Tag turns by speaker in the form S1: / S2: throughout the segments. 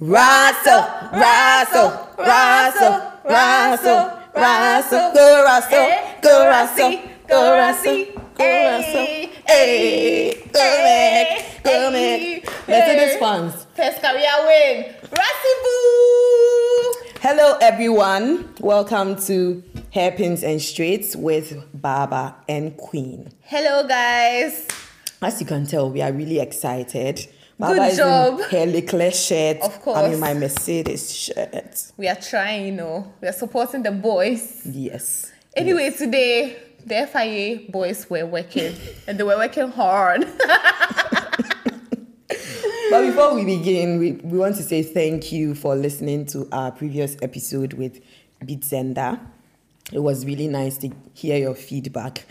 S1: Russell, Russell, Russell, Russell, Russell, go Russell,
S2: Eh,
S1: go Russell, go Russell, go Russell, hey, go
S2: eh,
S1: back, go back. Mercedes fans.
S2: Pescaria win. Rassi
S1: Hello, everyone. Welcome to Hairpins and Straights with Baba and Queen.
S2: Hello, guys.
S1: As you can tell, we are really excited. Baba
S2: Good
S1: is
S2: job.
S1: in her Leclerc shirt.
S2: Of
S1: I'm in
S2: course.
S1: my Mercedes shirt.
S2: We are trying, you know. We are supporting the boys.
S1: Yes.
S2: Anyway, today the FIA boys were working and they were working hard.
S1: But before we begin, we, we want to say thank you for listening to our previous episode with Beatsender. It was really nice to hear your feedback.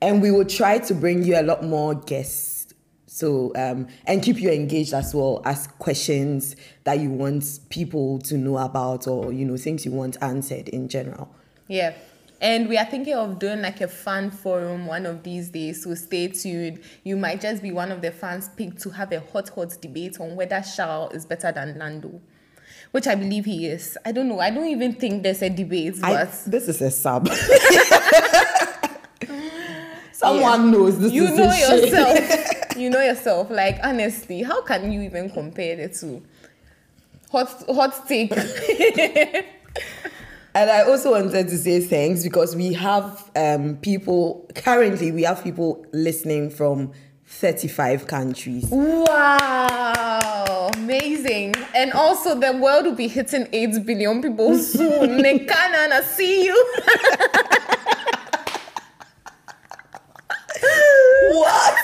S1: And we will try to bring you a lot more guests. So, um, and keep you engaged as well. Ask questions that you want people to know about or, you know, things you want answered in general.
S2: yeah. And we are thinking of doing like a fan forum one of these days, so stay tuned. You might just be one of the fans picked to have a hot, hot debate on whether Charles is better than Lando, which I believe he is. I don't know. I don't even think there's a debate, but.
S1: I, this is a sub. Someone knows this
S2: you
S1: is a
S2: know
S1: shade.
S2: yourself you know yourself like honestly how can you even compare the two hot hot take
S1: And I also wanted to say thanks because we have um, people currently we have people listening from 35 countries.
S2: wow amazing and also the world will be hitting 8 billion people soon Nekanana, see you
S1: What?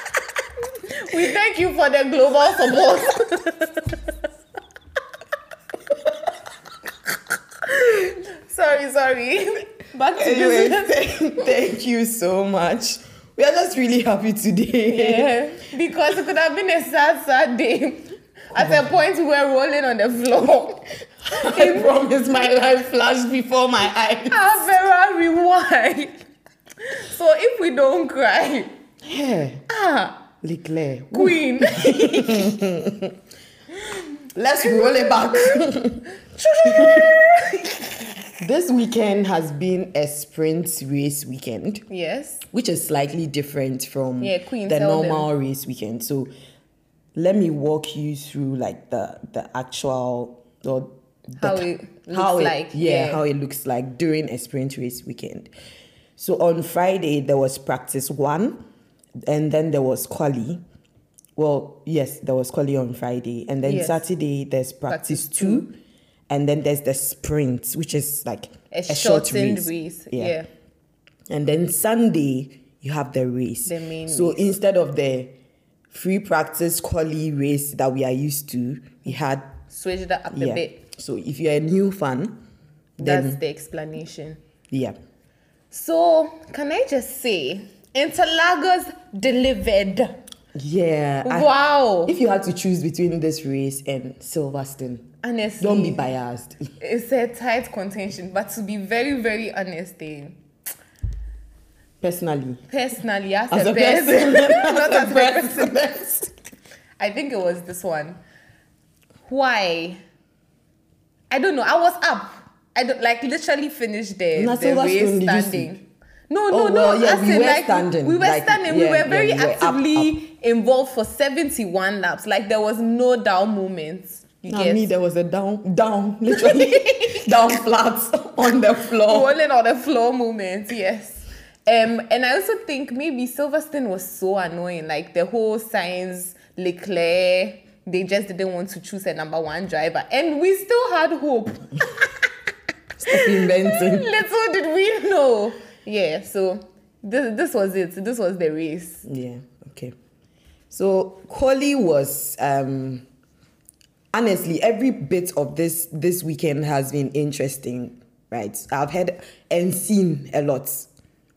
S2: we thank you for the global support sorry sorry back to
S1: Anyway,
S2: business
S1: thank, thank you so much. We are just really happy today.
S2: Yeah, because it could have been a sad, sad day.
S1: Oh
S2: At a point, we were rolling on the floor.
S1: I promise my life flashed before my eyes.
S2: Ah, Vera, rewind. So if we don't cry,
S1: Yeah.
S2: ah,
S1: Leclerc.
S2: queen.
S1: Let's roll it back. this weekend has been a sprint race weekend.
S2: yes.
S1: which is slightly different from
S2: Yeah, Queen,
S1: the
S2: tell them.
S1: normal race weekend. So let me walk you through like the the actual or the,
S2: How it
S1: how
S2: looks
S1: it-
S2: like,
S1: yeah,
S2: yeah.
S1: how it looks like during a sprint race weekend. So on Friday there was practice one, and then there was quali. Well, yes, there was quali on Friday, and then
S2: Yes.
S1: Saturday there's practice,
S2: Practice
S1: two, and then there's the sprint, which is like
S2: A,
S1: a, short
S2: shortened race. Yeah.
S1: and then Sunday you have the race.
S2: The main
S1: so instead of the free practice quali race that we are used to, we had
S2: Switched that up
S1: yeah.
S2: a bit.
S1: So if you're a new fan,
S2: That's the explanation.
S1: yeah,
S2: So, can I just say, Interlagos delivered.
S1: yeah. I-
S2: wow.
S1: if you had to choose between this race and Silverstone,
S2: Honestly.
S1: don't be biased.
S2: It's a tight contention, but to be very, very honest, eh,
S1: Personally,
S2: personally, as,
S1: as
S2: a,
S1: a person,
S2: person, not as a person,
S1: person.
S2: I think it was this one. Why? I don't know. I was up. I don't like literally finished the,
S1: Na
S2: the
S1: Silverstone, did
S2: race
S1: you
S2: standing. No, no,
S1: Oh,
S2: no.
S1: well, yeah,
S2: as
S1: we
S2: in,
S1: were
S2: like,
S1: standing,
S2: We were
S1: like,
S2: standing.
S1: yeah,
S2: we were
S1: yeah,
S2: very
S1: we were up,
S2: actively involved for 71 laps. Like there was no down moments. You
S1: Now
S2: get
S1: me, there was a down, down, literally down flat on the floor.
S2: rolling on the floor moment, yes. Um, and I also think maybe Silverstone was so annoying, like the whole science Leclerc. They just didn't want to choose a number one driver, and we still had hope.
S1: Stop inventing.
S2: Little did we know, yeah. So this this was it. This was the race.
S1: Yeah, okay. So Quali was um honestly every bit of this this weekend has been interesting, right? I've heard and seen a lot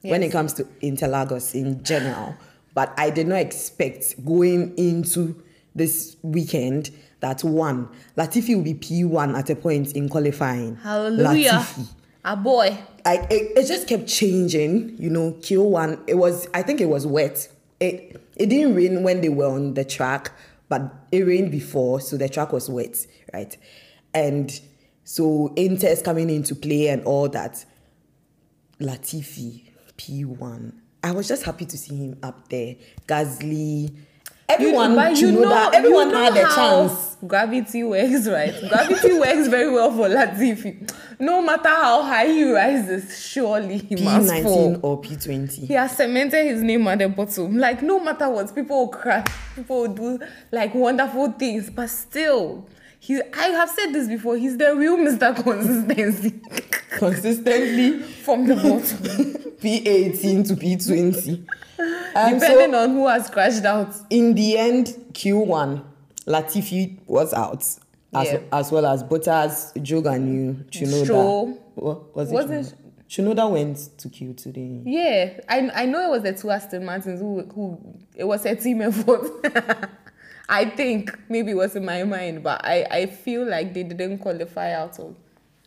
S1: when it
S2: Yes.
S1: comes to Interlagos in general. But I did not expect going into this weekend that one Latifi will be P1 at a point in qualifying.
S2: Hallelujah,
S1: Latifi
S2: our boy.
S1: like it, it just kept changing you know q1 it was i think it was wet it it didn't rain when they were on the track but it rained before, so the track was wet, right? And so Inter's coming into play and all that. Latifi, P1. I was just happy to see him up there. Gazli, everyone,
S2: but
S1: you know, that
S2: you
S1: everyone
S2: know
S1: had a
S2: how
S1: chance.
S2: Gravity works, right? Gravity works very well for Latifi. No matter how high he rises, surely he must
S1: P19
S2: fall.
S1: or P20.
S2: He has cemented his name at the bottom. Like no matter what, people will cry, people will do like wonderful things, but still, he. I have said this before. He's the real Mr. Consistency
S1: Consistently
S2: from the bottom,
S1: P18 to P20. And
S2: depending
S1: so
S2: on who has crashed out.
S1: in the end, Q1, Latifi was out. As,
S2: Yeah.
S1: as well as Bottas, Joganu, Chunoda.
S2: Stroll.
S1: What, was it
S2: Was it-
S1: Chunoda? Chunoda went to Q2, didn't he?
S2: Yeah, I I know it was the two Aston Martins who who it was a team effort. I think maybe it was in my mind, but I I feel like they didn't qualify out of.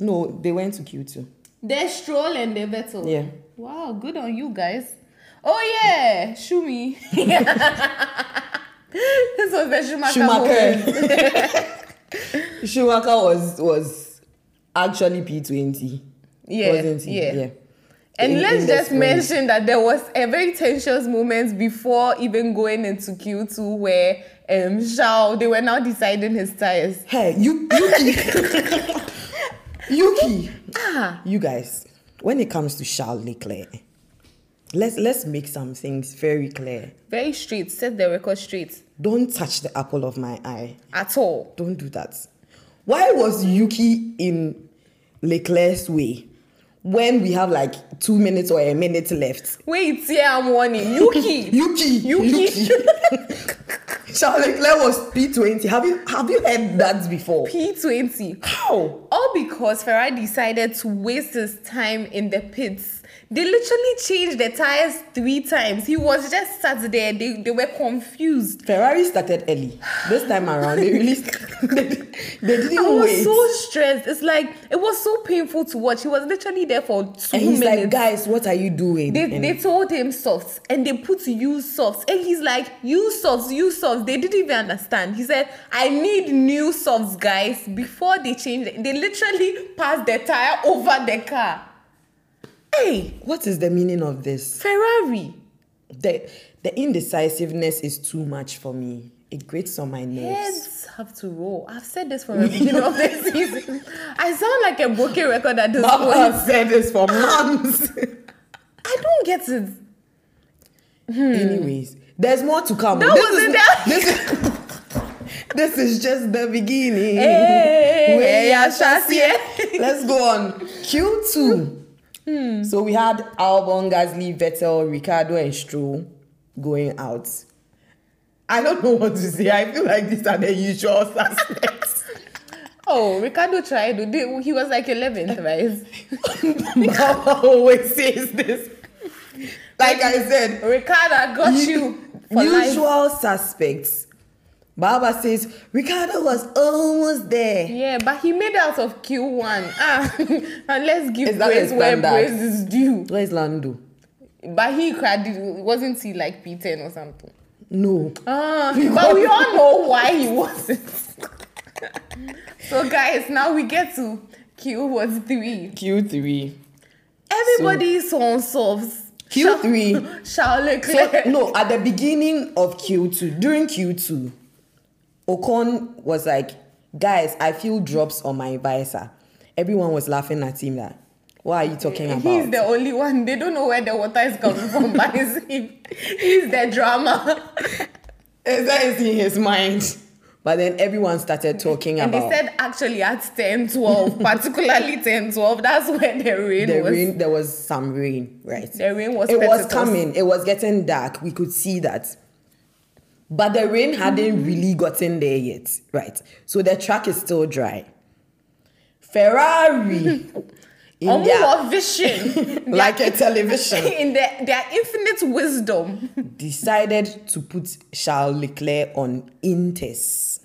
S1: No, they went to Q2.
S2: They're Stroll and they're Vettel.
S1: Yeah.
S2: Wow, good on you guys. Oh yeah, Shumi. this was the Schumacher. moment.
S1: Schumacher. Schumacher was was actually P twenty.
S2: Yeah,
S1: wasn't he?
S2: yeah.
S1: yeah.
S2: And
S1: In-
S2: let's
S1: in the
S2: just
S1: sprint.
S2: mention that there was a very tensious moment before even going into Q2 where um Zhao, they were now deciding his tires.
S1: Hey, you Yuki. Yuki.
S2: Ah,
S1: You guys, when it comes to Charles Leclerc, let's let's make some things very clear.
S2: very straight, set the record straight
S1: Don't touch the apple of my eye.
S2: at all.
S1: Don't do that. Why was Yuki in Leclerc's way when we have like two minutes or a minute left?
S2: Wait, yeah, I'm warning. Yuki,
S1: Yuki.
S2: Yuki.
S1: Charles Leclerc was P20. Have you have you heard that before?
S2: P20.
S1: How?
S2: All because Ferrari decided to waste his time in the pits. They literally changed the tires three times. He was just sat there. They, they were confused.
S1: Ferrari started early. This time around, they really they, they didn't
S2: I was
S1: wait.
S2: so stressed. It's like it was so painful to watch. He was literally there for two
S1: and he's
S2: minutes.
S1: like, guys, what are you doing?
S2: they,
S1: And
S2: they told him softs and they put you softs and he's like you softs you softs they didn't even understand he said i need new softs guys before they change it. they literally passed the tire over the car hey
S1: what is the meaning of this?
S2: ferrari
S1: The the indecisiveness is too much for me. It grates on my nerves.
S2: heads have to roll i've said this from the beginning of the season i sound like a broken record at this
S1: Papa
S2: point
S1: has said this for months.
S2: i don't get it
S1: Anyways, there's more to come.
S2: Hmm. That
S1: this,
S2: wasn't
S1: is,
S2: that-
S1: this is this is just the beginning.
S2: Hey,
S1: We
S2: hey,
S1: are
S2: Ashasie.
S1: Ashasie. Let's go on. Q2.
S2: Hmm.
S1: So we had Albon, Gasly, Vettel, Ricardo, and Stroll going out. I don't know what to say. I feel like these are the usual suspects.
S2: oh ricardo tried They- he was like 11th right
S1: Mama always says this. Like I said,
S2: ricardo i got you for life
S1: usual suspects. Baba says Ricardo was almost there.
S2: Yeah, but he made out of Q1. Ah, and let's give
S1: Is that
S2: praise
S1: a
S2: where
S1: standard?
S2: praise is due.
S1: Where's Lando?
S2: But he cried, wasn't he like P10 or something?
S1: No.
S2: Ah, but we all know why he wasn't. so, guys, now we get to Q was three.
S1: Q3.
S2: Everybody is on solves.
S1: Q3.
S2: Charles
S1: So,
S2: Leclerc.
S1: no, at the beginning of Q2, during Q2, Ocon was like, guys, I feel drops on my visor. Everyone was laughing at him that, what are you talking about?
S2: He's the only one. They don't know where the water is coming from, but it's him. He's the drama.
S1: Eh, that is in his mind. But then everyone started talking
S2: And
S1: about
S2: they said actually at 10, 12, particularly 10, 12, that's when the rain
S1: the
S2: was.
S1: rain there was some rain right
S2: The rain was
S1: it was
S2: precipitous.
S1: coming it was getting dark we could see that but the rain hadn't really gotten there yet right so the track is still dry ferrari in
S2: Omu
S1: their,
S2: of vision.
S1: like a television
S2: in their, their infinite wisdom.
S1: decided to put charles leclerc on intes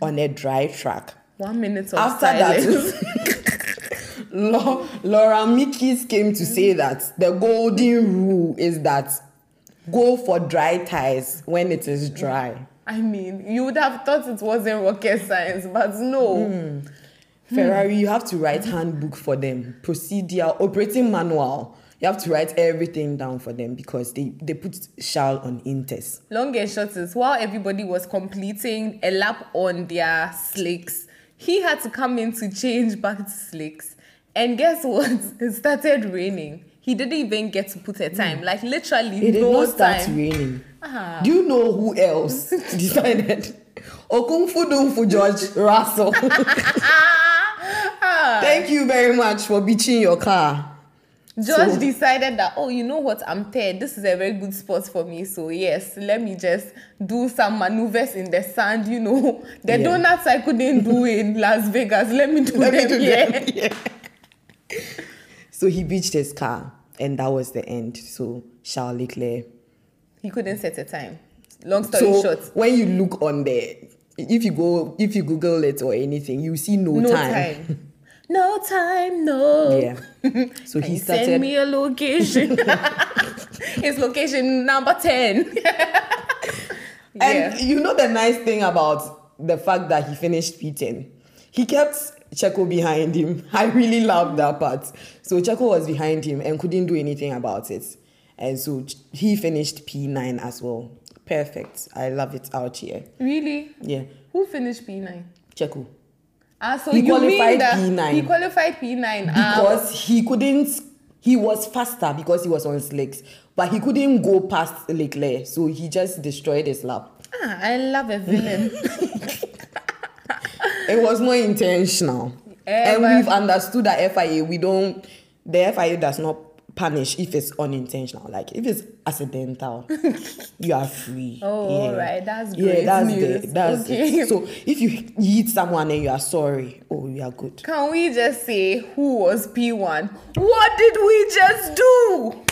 S1: on a dry track
S2: One minute of
S1: After
S2: silence.
S1: that, Lo- Laura Mikis came to say that the golden rule is that Go for dry ties when it is dry.
S2: I mean, you would have thought it wasn't rocket science, but no. Hmm.
S1: Ferrari, you have to write handbook for them, procedure, operating manual. You have to write everything down for them because they, they put shall on inters.
S2: Long and short is while everybody was completing a lap on their slicks, he had to come in to change back to slicks. And guess what? It started raining. He didn't even get to put a time. Like literally
S1: It did
S2: no
S1: not start
S2: time.
S1: raining.
S2: Ah.
S1: Do you know who else decided? Okunfudunfu George Russell.
S2: Ah,
S1: Thank you very much for beaching your car.
S2: George
S1: So-
S2: decided that, oh, you know what, I'm tired. This is a very good spot for me. So, yes, let me just do some maneuvers in the sand. You know, the
S1: Yeah.
S2: donuts I couldn't do in Las Vegas. Let me do
S1: Let me
S2: them
S1: do
S2: here.
S1: them, yeah. So he beached his car, and that was the end. So Charles Leclerc.
S2: He couldn't set a time. Long story
S1: So
S2: short,
S1: when you look on there, if you go, if you Google it or anything, you see no,
S2: no
S1: time.
S2: time. No time, no.
S1: Yeah. So
S2: Can
S1: he
S2: you send
S1: started.
S2: me a location. it's location number 10.
S1: And
S2: yeah.
S1: you know the nice thing about the fact that he finished P10, he kept Checo behind him. I really loved that part. So Checo was behind him and couldn't do anything about it. And so ch- he finished P9 as well. Perfect. I love it out here.
S2: Really?
S1: Yeah.
S2: Who finished P9?
S1: Checo.
S2: Ah, so
S1: He
S2: you mean
S1: qualified
S2: that
S1: P9.
S2: he qualified P9 um,
S1: Because he couldn't, he was faster because he was on slicks, but he couldn't go past Leclerc. So he just destroyed his lap.
S2: ah, I love a villain.
S1: It was not intentional.
S2: Eh,
S1: and
S2: but-
S1: we've understood that FIA, we don't, the FIA does not punish if it's unintentional. Like if it's accidental, you are free.
S2: Oh, alright, that's great
S1: Yeah, that's
S2: news.
S1: the, that's
S2: Okay.
S1: it. So if you hit someone and you are sorry, oh, you are good.
S2: Can we just say who was P1? What did we just do?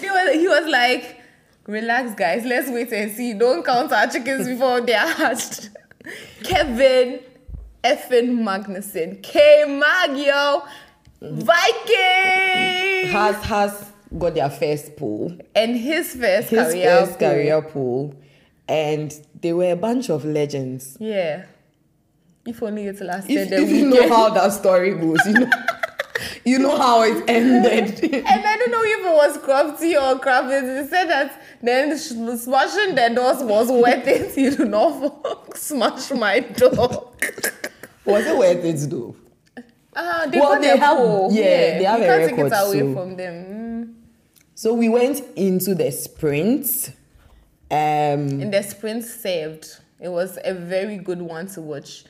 S2: He was, he was like, relax, guys, let's wait and see. Don't count our chickens before they are hatched. Kevin effing Magnuson. K Mag, yo. Viking!
S1: Has has got their first pool,
S2: And his first
S1: his
S2: career.
S1: first
S2: goal.
S1: career pool, and they were a bunch of legends.
S2: Yeah. If only it lasted
S1: If,
S2: the
S1: if you know
S2: weekend.
S1: how that story goes, you know, you know how it ended.
S2: And I don't know if it was crafty or Kravitz. He said that then sh- smashing the doors was worth it. He did not fuck smash my door.
S1: Was it worth it though?
S2: Ah, they
S1: Well,
S2: got
S1: they
S2: their
S1: have-
S2: pool.
S1: yeah, they have
S2: you
S1: a
S2: can't
S1: record,
S2: take it away
S1: so-
S2: from them. Mm.
S1: So we went into the sprint.
S2: Mm.
S1: Um,
S2: And the sprint saved. It was a very good one to watch.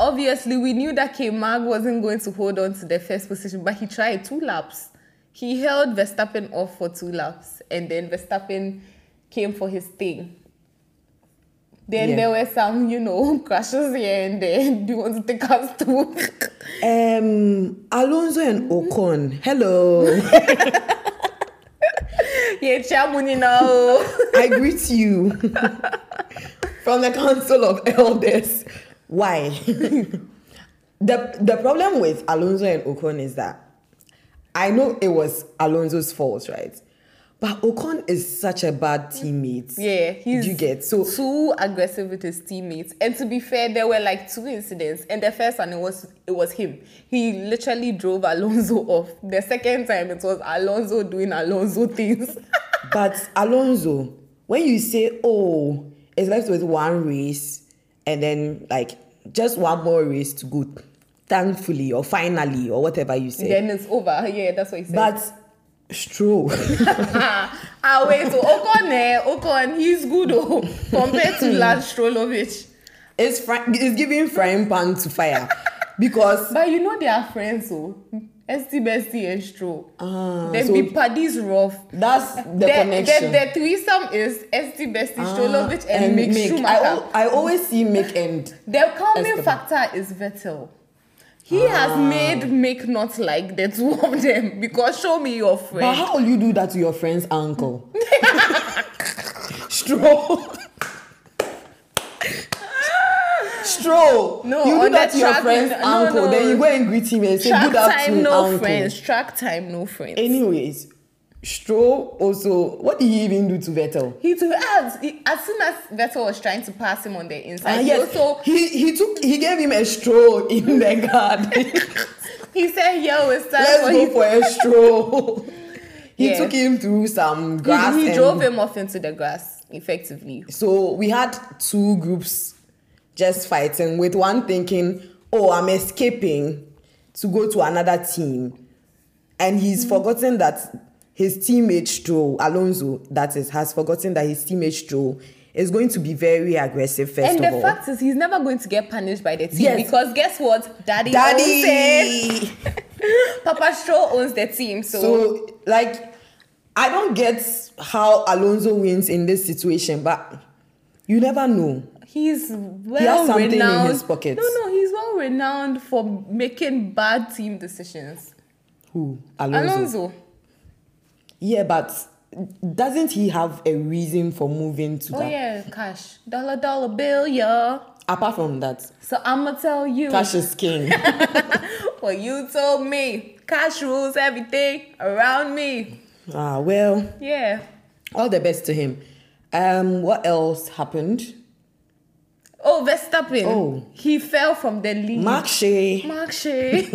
S2: Obviously, we knew that K Mag wasn't going to hold on to the first position, but he tried two laps. He held Verstappen off for two laps, and then Verstappen came for his thing. Then
S1: Yeah.
S2: there were some, you know, crashes here and there. Do you want to take us through?
S1: um, Alonso and Ocon. Hello,
S2: yeah, Chamuni now.
S1: I greet you from the Council of Elders. Why? the The problem with Alonso and Ocon is that I know it was Alonso's fault, right? But Ocon is such a bad teammate.
S2: Yeah, he's
S1: you get so
S2: too aggressive with his teammates. And to be fair, there were like two incidents. And the first one it was it was him. He literally drove Alonso off. The second time it was Alonso doing Alonso things.
S1: But Alonso, when you say, oh, it's left with one race and then like just one more race to go, thankfully or finally or whatever you say.
S2: then it's over. Yeah, that's what he said.
S1: but Stroll,
S2: ah wait, so Ocon eh, Ocon, he's good oh, compared to Lance Strolovic.
S1: it's, fry- it's giving frying pan to fire because
S2: But you know they are friends oh. ST Bestie and Stro.
S1: Ah,
S2: then
S1: so-
S2: be paddy's rough.
S1: that's the,
S2: The,
S1: connection.
S2: the threesome is ST Bestie,
S1: Ah,
S2: Strolovic, and, Mick, Schumacher.
S1: I, al- I always see Mick and
S2: The calming
S1: Esteban. Ah.
S2: factor is Vettel. He has made make not like the two of them because show me your
S1: But
S2: friend.
S1: how will you do that to your friend's uncle? Stroll. Stroll.
S2: No,
S1: you
S2: on
S1: do that
S2: the
S1: to your
S2: track,
S1: friend's
S2: no,
S1: uncle,
S2: no.
S1: then you go and greet him and say,
S2: Track
S1: Good afternoon,
S2: time, no
S1: uncle.
S2: friends. Track time, no friends.
S1: Anyways, Stroll also, what did he even do to Vettel?
S2: He took as, he- as soon as Vettel was trying to pass him on the inside,
S1: Ah,
S2: he
S1: yes,
S2: also
S1: he he took he gave him a stroll in the garden.
S2: he said, "Yo, it's time
S1: Let's
S2: for
S1: go
S2: you."
S1: for a stroll. he
S2: Yeah.
S1: took him through some
S2: He-
S1: grass.
S2: he
S1: and-
S2: drove him off into the grass, effectively.
S1: So we had two groups just fighting, with one thinking, "Oh, I'm escaping to go to another team," and
S2: Hmm.
S1: he's forgotten that his teammate Stroll, Alonso, that is, has forgotten that his teammate Stroll is going to be very aggressive first
S2: and
S1: of
S2: the
S1: all.
S2: fact is, he's never going to get punished by the team
S1: Yes.
S2: because guess what, Daddy, owns it.
S1: Daddy.
S2: Papa Stroll owns the team,
S1: So, like, I don't get how Alonso wins in this situation, but you never know.
S2: He's well
S1: something in
S2: renowned.
S1: his pockets.
S2: No, no, he's well renowned for making bad team decisions.
S1: Who? Alonso.
S2: Alonso.
S1: Yeah, but doesn't he have a reason for moving to
S2: Oh
S1: that?
S2: yeah, cash. Dollar dollar bill, yeah.
S1: Apart from that,
S2: So I'ma tell you
S1: cash is king.
S2: what you told me. Cash rules everything around me.
S1: ah, well,
S2: Yeah.
S1: all the best to him. Um, what else happened?
S2: Oh, Verstappen.
S1: Oh.
S2: He fell from the lead.
S1: Mark Shea.
S2: Mark Shea.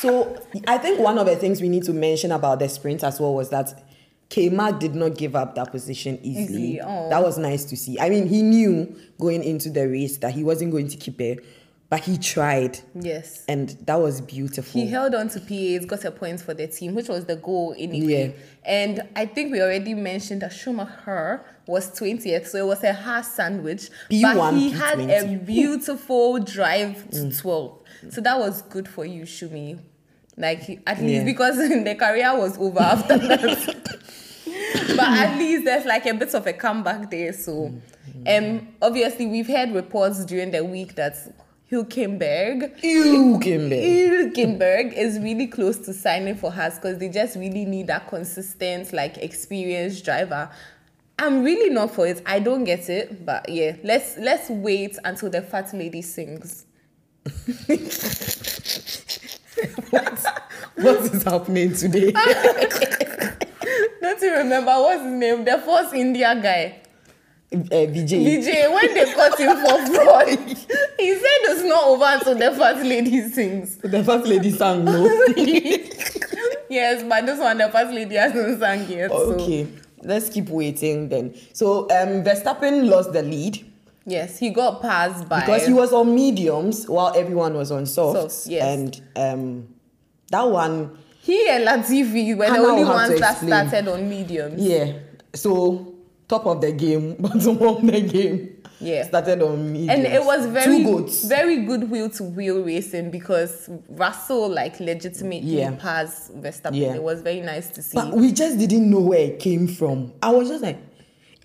S1: So I think one of the things we need to mention about the sprint as well was that K Mark did not give up that position easily.
S2: Easy, oh.
S1: That was nice to see. I mean, he knew going into the race that he wasn't going to keep it, but he tried,
S2: yes.
S1: and that was beautiful.
S2: He held on to PAs, got a point for the team, which was the goal anyway.
S1: Yeah.
S2: And I think we already mentioned that Schumacher was 20th, so it was a hard sandwich. but
S1: P1,
S2: he had a
S1: P20.
S2: beautiful drive to
S1: Mm.
S2: 12th. So that was good for you, Shumi. Like, at least
S1: Yeah.
S2: because the career was over after that. but at least there's like a bit of a comeback there.
S1: Mm,
S2: So, um, obviously, we've heard reports during the week that Hülkenberg
S1: you Kimber.
S2: Hülkenberg is really close to signing for us because they just really need that consistent, like experienced driver. I'm really not for it. I don't get it, but yeah, let's let's wait until the fat lady sings.
S1: What is happening today?
S2: Don't you remember what's his name? The first India guy,
S1: uh, Vijay.
S2: DJ. When they caught him for fraud, he said it's not over until the fat lady sings.
S1: The first lady sang no.
S2: yes, but this one, the fat lady hasn't sung yet. So.
S1: okay, let's keep waiting then. So um, Verstappen lost the lead.
S2: Yes, he got passed by
S1: because he was on mediums while everyone was on softs.
S2: Softs, yes.
S1: And um, that one,
S2: He and Latifi were the
S1: Hannah
S2: only
S1: will have to
S2: ones that
S1: explain.
S2: started on medium.
S1: yeah. So top of the game, bottom of the game.
S2: Yeah.
S1: Started on mediums.
S2: And it was very
S1: two goats.
S2: very good wheel to wheel racing because Russell like legitimately
S1: Yeah.
S2: passed Verstappen.
S1: Yeah.
S2: It was very nice to see.
S1: But we just didn't know where it came from. I was just like,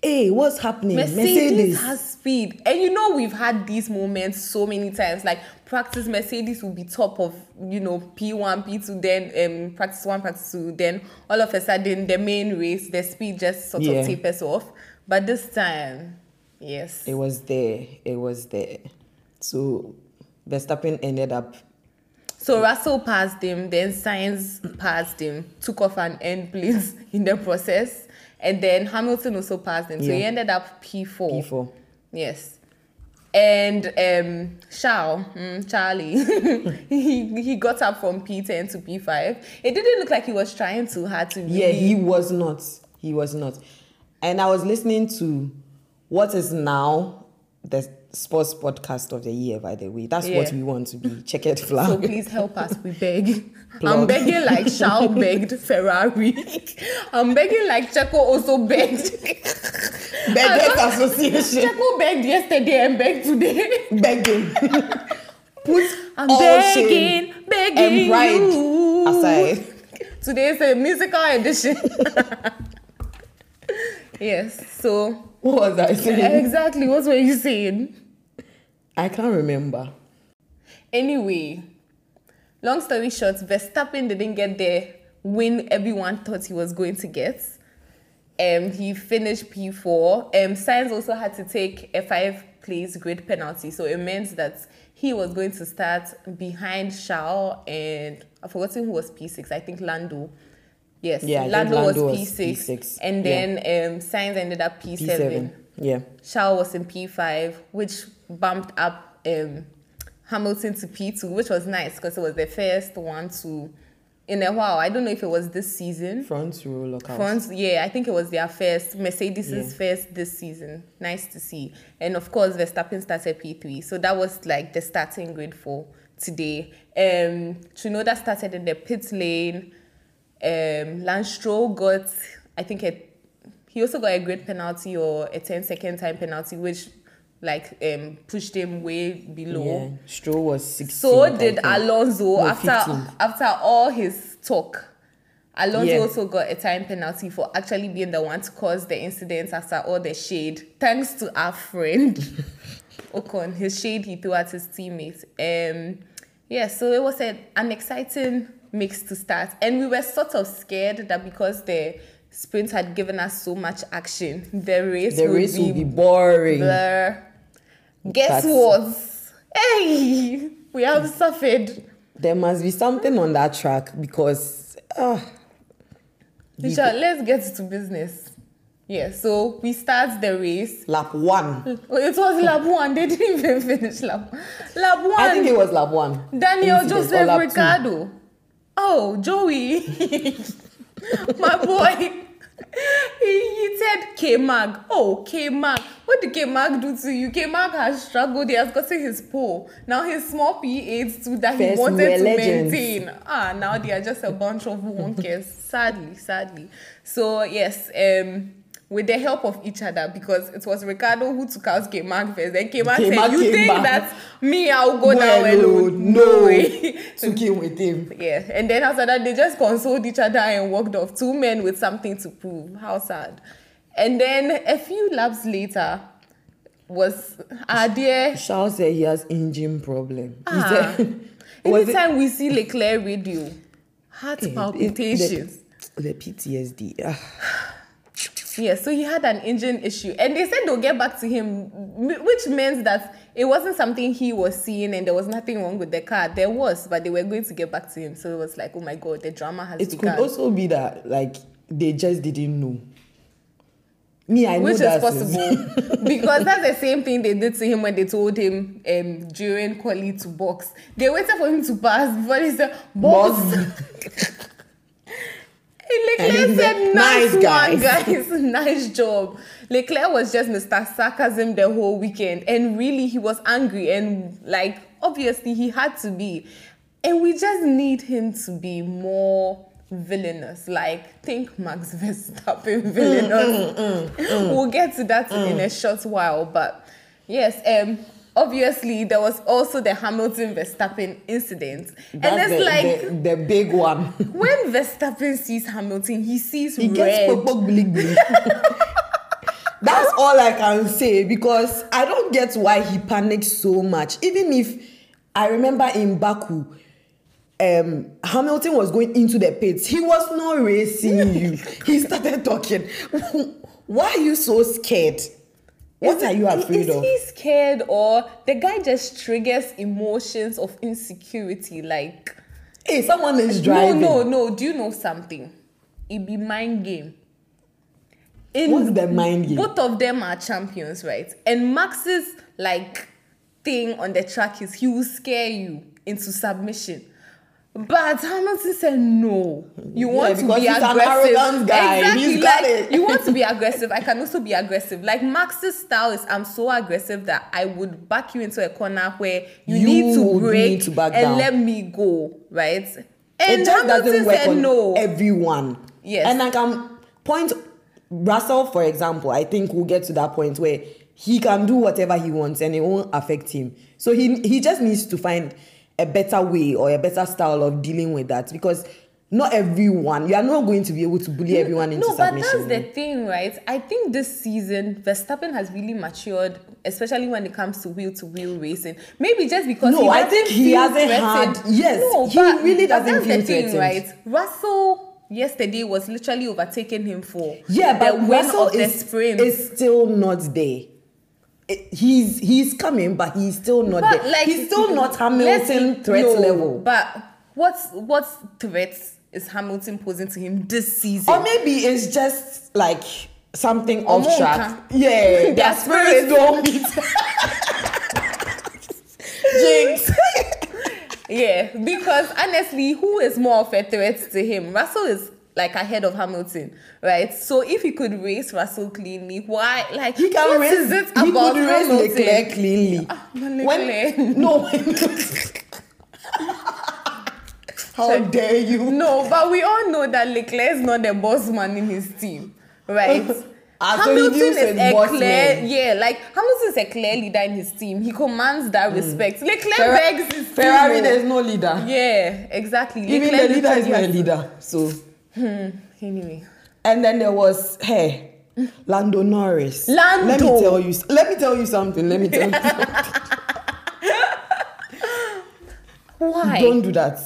S1: hey, what's happening?
S2: Mercedes, has speed. And you know we've had these moments so many times. Like practice Mercedes will be top of, you know, P1, P2, then um practice one, practice two, then all of a sudden the main race, the speed just sort
S1: Yeah.
S2: of tapers off. But this time, yes.
S1: It was there. It was there. So Verstappen ended up
S2: So Russell passed him, then Science passed him, took off an end place in the process, and then Hamilton also passed him. So he
S1: Yeah.
S2: ended up P4.
S1: P4.
S2: Yes. And um Shao, mm, Charlie, he he got up from P10 to P5. It didn't look like he was trying too hard to
S1: Yeah,
S2: really-
S1: he was not. He was not. And I was listening to what is now the sports podcast of the year, by the way. That's what
S2: Yeah.
S1: we want to be. Checkered
S2: So
S1: flag.
S2: please help us, we beg. I'm
S1: Plug.
S2: begging like Shao begged Ferrari. I'm begging like Checo also begged.
S1: Beggars
S2: I don't-
S1: Association.
S2: Checo begged yesterday and begged today.
S1: Begging. Put
S2: I'm
S1: all shame
S2: begging, begging
S1: and pride
S2: you.
S1: aside.
S2: Today is a musical edition. yes. So
S1: What was I saying?
S2: exactly, what were you saying?
S1: I can't remember.
S2: Anyway, long story short, Verstappen didn't get the win everyone thought he was going to get. Um, he finished P4. Um, Sainz also had to take a five place grid penalty, so it meant that he was going to start behind Charles and I've forgotten who was P6. I think Lando. Yes.
S1: Yeah, I think
S2: Lando, was,
S1: Lando was
S2: P6,
S1: P6,
S2: And
S1: yeah.
S2: then um, Sainz ended up P7.
S1: P7. Yeah.
S2: Charles was in P5, which bumped up um, Hamilton to P2, which was nice because it was the first one to, in a while, I don't know if it was this season.
S1: Front row lockout.
S2: France, yeah, I think it was their first Mercedes' first this season. Nice to see. And of course, Verstappen started P3. So that was like the starting grid for today. Um, Tsunoda started in the pit lane. Um, Lance Stroll got, I think, a, he also got a grid penalty or a 10 second time penalty, which like um, pushed him way below.
S1: Yeah. Stroll was 16.
S2: So did Alonso
S1: No,
S2: after
S1: 15.
S2: after all his talk. Alonso
S1: Yeah.
S2: also got a time penalty for actually being the one to cause the incident after all the shade, thanks to our friend Ocon, his shade he threw at his teammates. Um, yeah, so it was a, an exciting mix to start, and we were sort of scared that because the sprint had given us so much action, the race
S1: The
S2: would
S1: race
S2: be
S1: will be boring.
S2: Blur. Guess
S1: That's-
S2: what? Hey, we have suffered.
S1: There must be something on that track because uh, the
S2: Richard, let's get to business. Yeah, so we start the race.
S1: lap one.
S2: It was lap one. They didn't even finish lap. Lap one.
S1: I think it was lap one.
S2: Daniel
S1: Incident, or
S2: Joseph
S1: lap two.
S2: Ricardo. Oh, Joey. My boy. he, he said K Mag. Oh, K Mag. What did K Mag do to you? K Mag has struggled. He has gotten his pole. Now his small P8 too that he
S1: First, we
S2: wanted
S1: were
S2: to
S1: legends.
S2: maintain. Ah, now they are just a bunch of wonkers. sadly, sadly. So, yes, um, with the help of each other, because it was Ricardo who took out K Mag first. Then K Mag said,
S1: K-Mag
S2: You
S1: came
S2: think
S1: back."
S2: that me, I'll go go down
S1: Well,
S2: alone.
S1: no,
S2: way.
S1: took him with him.
S2: yeah, and then after that, they just consoled each other and walked off. Two men with something to prove. How sad. And then a few laps later, was our dear.
S1: Charles said he has engine problem.
S2: Ah,
S1: he said, was it-
S2: anytime we see Leclerc radio, heart
S1: it-
S2: palpitations.
S1: the, the PTSD. ah.
S2: Yeah, so he had an engine issue, and they said they'll get back to him, m- which means that it wasn't something he was seeing, and there was nothing wrong with the car. There was, but they were going to get back to him. So it was like, oh my god, the drama has
S1: It could
S2: begun,
S1: also be that like they just didn't know. Me, I
S2: which
S1: know
S2: is
S1: that's
S2: possible because that's the same thing they did to him when they told him um, during quali to box. They waited for him to pass, but he said box. And
S1: And
S2: Leclerc
S1: he's
S2: said,
S1: like,
S2: nice,
S1: "Nice
S2: one,
S1: guys."
S2: guys. nice job. Leclerc was just Mr. Sarcasm the whole weekend. And really, he was angry. And, like, obviously, he had to be. And we just need him to be more villainous. Like, think Max
S1: Mm,
S2: Verstappen villainous. we'll get to that in a short while. But, yes, um, obviously, there was also the Hamilton Verstappen incident. and
S1: That's
S2: it's
S1: the,
S2: like,
S1: the, the big one.
S2: when Verstappen sees Hamilton, he sees
S1: He
S2: red.
S1: gets popo bling bling. That's all I can say because I don't get why he panicked so much. Even if I remember in Baku, um, Hamilton was going into the pits. He was not racing you. He started talking. why are you so scared? What
S2: Is-
S1: are you afraid
S2: is
S1: of?
S2: he scared or the guy just triggers emotions of insecurity? Like,
S1: Hey, someone is driving.
S2: no, no, no. Do you know something? It be mind game. In
S1: What's the mind game?
S2: both of them are champions, right? And Max's like thing on the track is he will scare you into submission. But Hamilton said no. You
S1: Yeah,
S2: want to
S1: because
S2: be
S1: he's an
S2: aggressive.
S1: arrogant guy.
S2: Exactly.
S1: He's
S2: like,
S1: got it.
S2: you want to be aggressive. I can also be aggressive. Like Max's style is I'm so aggressive that I would back you into a corner where you,
S1: You
S2: need to
S1: would
S2: break
S1: need to back
S2: and
S1: down.
S2: let me go, right?
S1: it
S2: And
S1: just
S2: Hamilton
S1: doesn't work
S2: said
S1: on
S2: no.
S1: everyone.
S2: Yes.
S1: And I can point Russell, for example, I think we'll get to that point where he can do whatever he wants and it won't affect him. So he he just needs to find a better way or a better style of dealing with that because not everyone you are not going to be able to bully everyone into
S2: no, but
S1: submission.
S2: that's the thing, right? I think this season Verstappen has really matured, especially when it comes to wheel to wheel racing. Maybe just because
S1: No,
S2: he
S1: I
S2: doesn't
S1: think he
S2: feel
S1: hasn't
S2: threatened.
S1: had- yes, he
S2: but-
S1: really
S2: but
S1: doesn't
S2: that's the
S1: feel
S2: thing,
S1: threatened.
S2: right? Russell yesterday was literally overtaking him for
S1: yeah,
S2: the
S1: but
S2: win
S1: Russell
S2: of the
S1: is,
S2: sprint.
S1: is still not there. It- he's he's coming, but he's still not
S2: but
S1: there.
S2: like
S1: he's still not
S2: let's-
S1: Hamilton threat
S2: no,
S1: level.
S2: But what's what's threats is Hamilton posing to him this season?
S1: Or maybe it's just like something off
S2: Omonka.
S1: track. Yeah,
S2: Their
S1: their spirits don't meet. Jinx.
S2: Yeah, because honestly, who is more of a threat to him? Russell is like ahead of Hamilton, right? So if he could race Russell cleanly, why? Like
S1: He can
S2: what
S1: raise
S2: is it
S1: he
S2: about Ah,
S1: could raise
S2: Hamilton?
S1: Leclerc cleanly.
S2: Leclerc.
S1: When, no. when- How dare you?
S2: No, but we all know that Leclerc is not the boss man in his team, right?
S1: Ah, so he deals with boss
S2: clear,
S1: men.
S2: yeah, like Hamilton is a clear leader in his team. He commands that respect. Leclerc
S1: Mm. Ferra-
S2: begs his team,
S1: Ferrari,
S2: oh.
S1: there's no leader.
S2: Yeah, exactly.
S1: Even
S2: Leclerc
S1: the leader is
S2: literally
S1: not a
S2: has-
S1: leader. So,
S2: Anyway,
S1: and then there was hey, Lando Norris. Let
S2: Lando.
S1: me tell you. Let me tell you something. Let me tell you.
S2: why?
S1: Don't do that.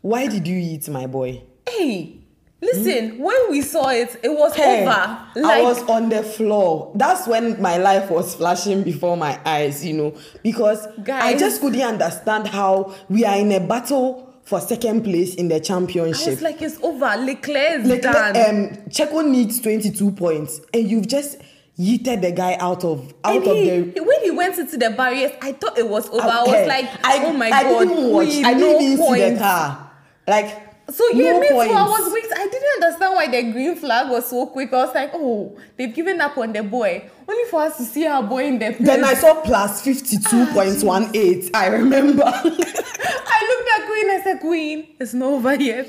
S1: Why did you eat my boy?
S2: Hey, listen, when we saw it, it was
S1: Hmm? Hey,
S2: over.
S1: I
S2: Like,
S1: was on the floor. That's when my life was flashing before my eyes, you know, because I
S2: Guys.
S1: just couldn't understand how we are in a battle for second place in the
S2: I
S1: championship.
S2: was like, it's over. Leclerc is
S1: Leclerc,
S2: done.
S1: um, Checo needs 22 points, and you've just yeeted the guy out of out
S2: And
S1: of
S2: he-
S1: the.
S2: when he went into the barriers, I thought it was over. I
S1: out
S2: was
S1: there.
S2: like,
S1: I,
S2: oh my
S1: I
S2: god,
S1: didn't watch.
S2: we
S1: I
S2: no
S1: didn't even see the
S2: points.
S1: car. Like,
S2: So yeah,
S1: no
S2: me
S1: points.
S2: too. I was wait. I didn't understand why the green flag was so quick. I was like, oh, they've given up on the boy. Only for us to see our boy in the place.
S1: Then I saw plus 52.18. I remember.
S2: I looked at Queen. I said, Queen, it's not over yet.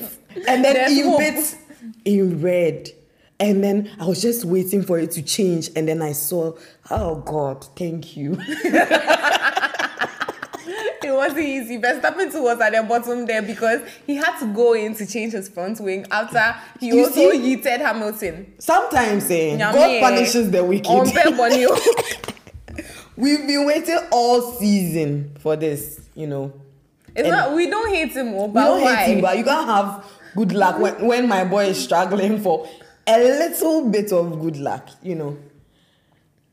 S1: and then
S2: There's
S1: in
S2: hope.
S1: bits in red and then i was just waiting for it to change and then i saw oh god thank you
S2: It wasn't easy. Verstappen too was at the bottom there because he had to go in to change his front wing after he
S1: You
S2: also
S1: see?
S2: yeeted Hamilton.
S1: sometimes eh,
S2: Nyame,
S1: god punishes the wicked
S2: Ompe Bonio.
S1: we've been waiting all season for this you know
S2: It's
S1: And-
S2: not we don't hate him, oh,
S1: you
S2: but
S1: don't
S2: why?
S1: hate him but you can't have good luck when, when my boy is struggling for a little bit of good luck you know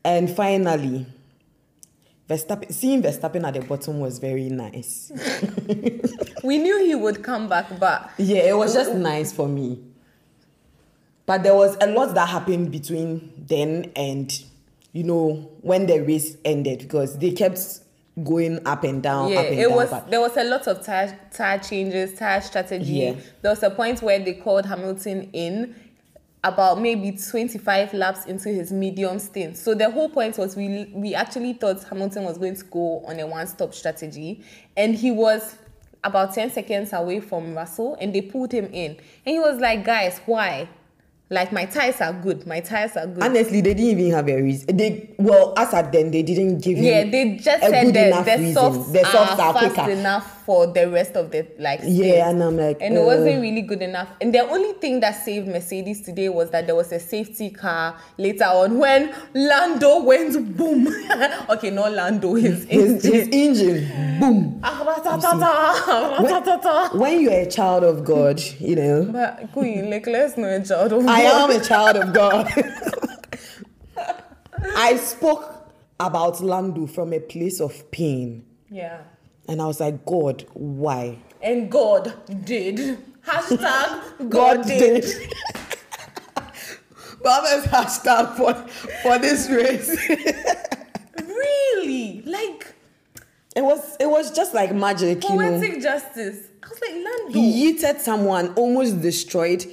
S1: and finally Verstappen, seeing Verstappen at the bottom was very nice.
S2: we knew he would come back, but
S1: Yeah, it was just nice for me. But there was a lot that happened between then and, you know, when the race ended because they kept going up and down,
S2: yeah,
S1: up and
S2: it
S1: down.
S2: was
S1: but
S2: there was a lot of tire, tire changes, tire strategy.
S1: Yeah.
S2: There was a point where they called Hamilton in about maybe 25 laps into his medium stint. So the whole point was we we actually thought Hamilton was going to go on a one-stop strategy and he was about 10 seconds away from Russell and they pulled him in. And he was like, "Guys, why? Like my tires are good. My tires are good."
S1: honestly, they didn't even have a reason. They well, as at then, they didn't give
S2: yeah,
S1: him
S2: they just
S1: Mm. a
S2: said
S1: good
S2: that
S1: enough
S2: the
S1: reason.
S2: softs,
S1: the softs are,
S2: fast
S1: quicker.
S2: enough for the rest of the like. states.
S1: Yeah, and I'm like,
S2: and it
S1: uh,
S2: wasn't really good enough. And the only thing that saved Mercedes today was that there was a safety car later on when Lando went boom. okay, not Lando, his
S1: his, his engine, boom.
S2: Ah, ratatata, ratatata.
S1: When you're a child of God, you know,
S2: But Queen, like, let's not judge. of
S1: I
S2: God.
S1: am a child of God. I spoke about Lando from a place of pain.
S2: Yeah.
S1: And I was like, God, why?
S2: And God did. Hashtag God, did.
S1: Baba's hashtag for, for this race.
S2: Really? Like
S1: it was it was just like magic, you know.
S2: poetic justice. I was like, Lando.
S1: He yeeted someone, almost destroyed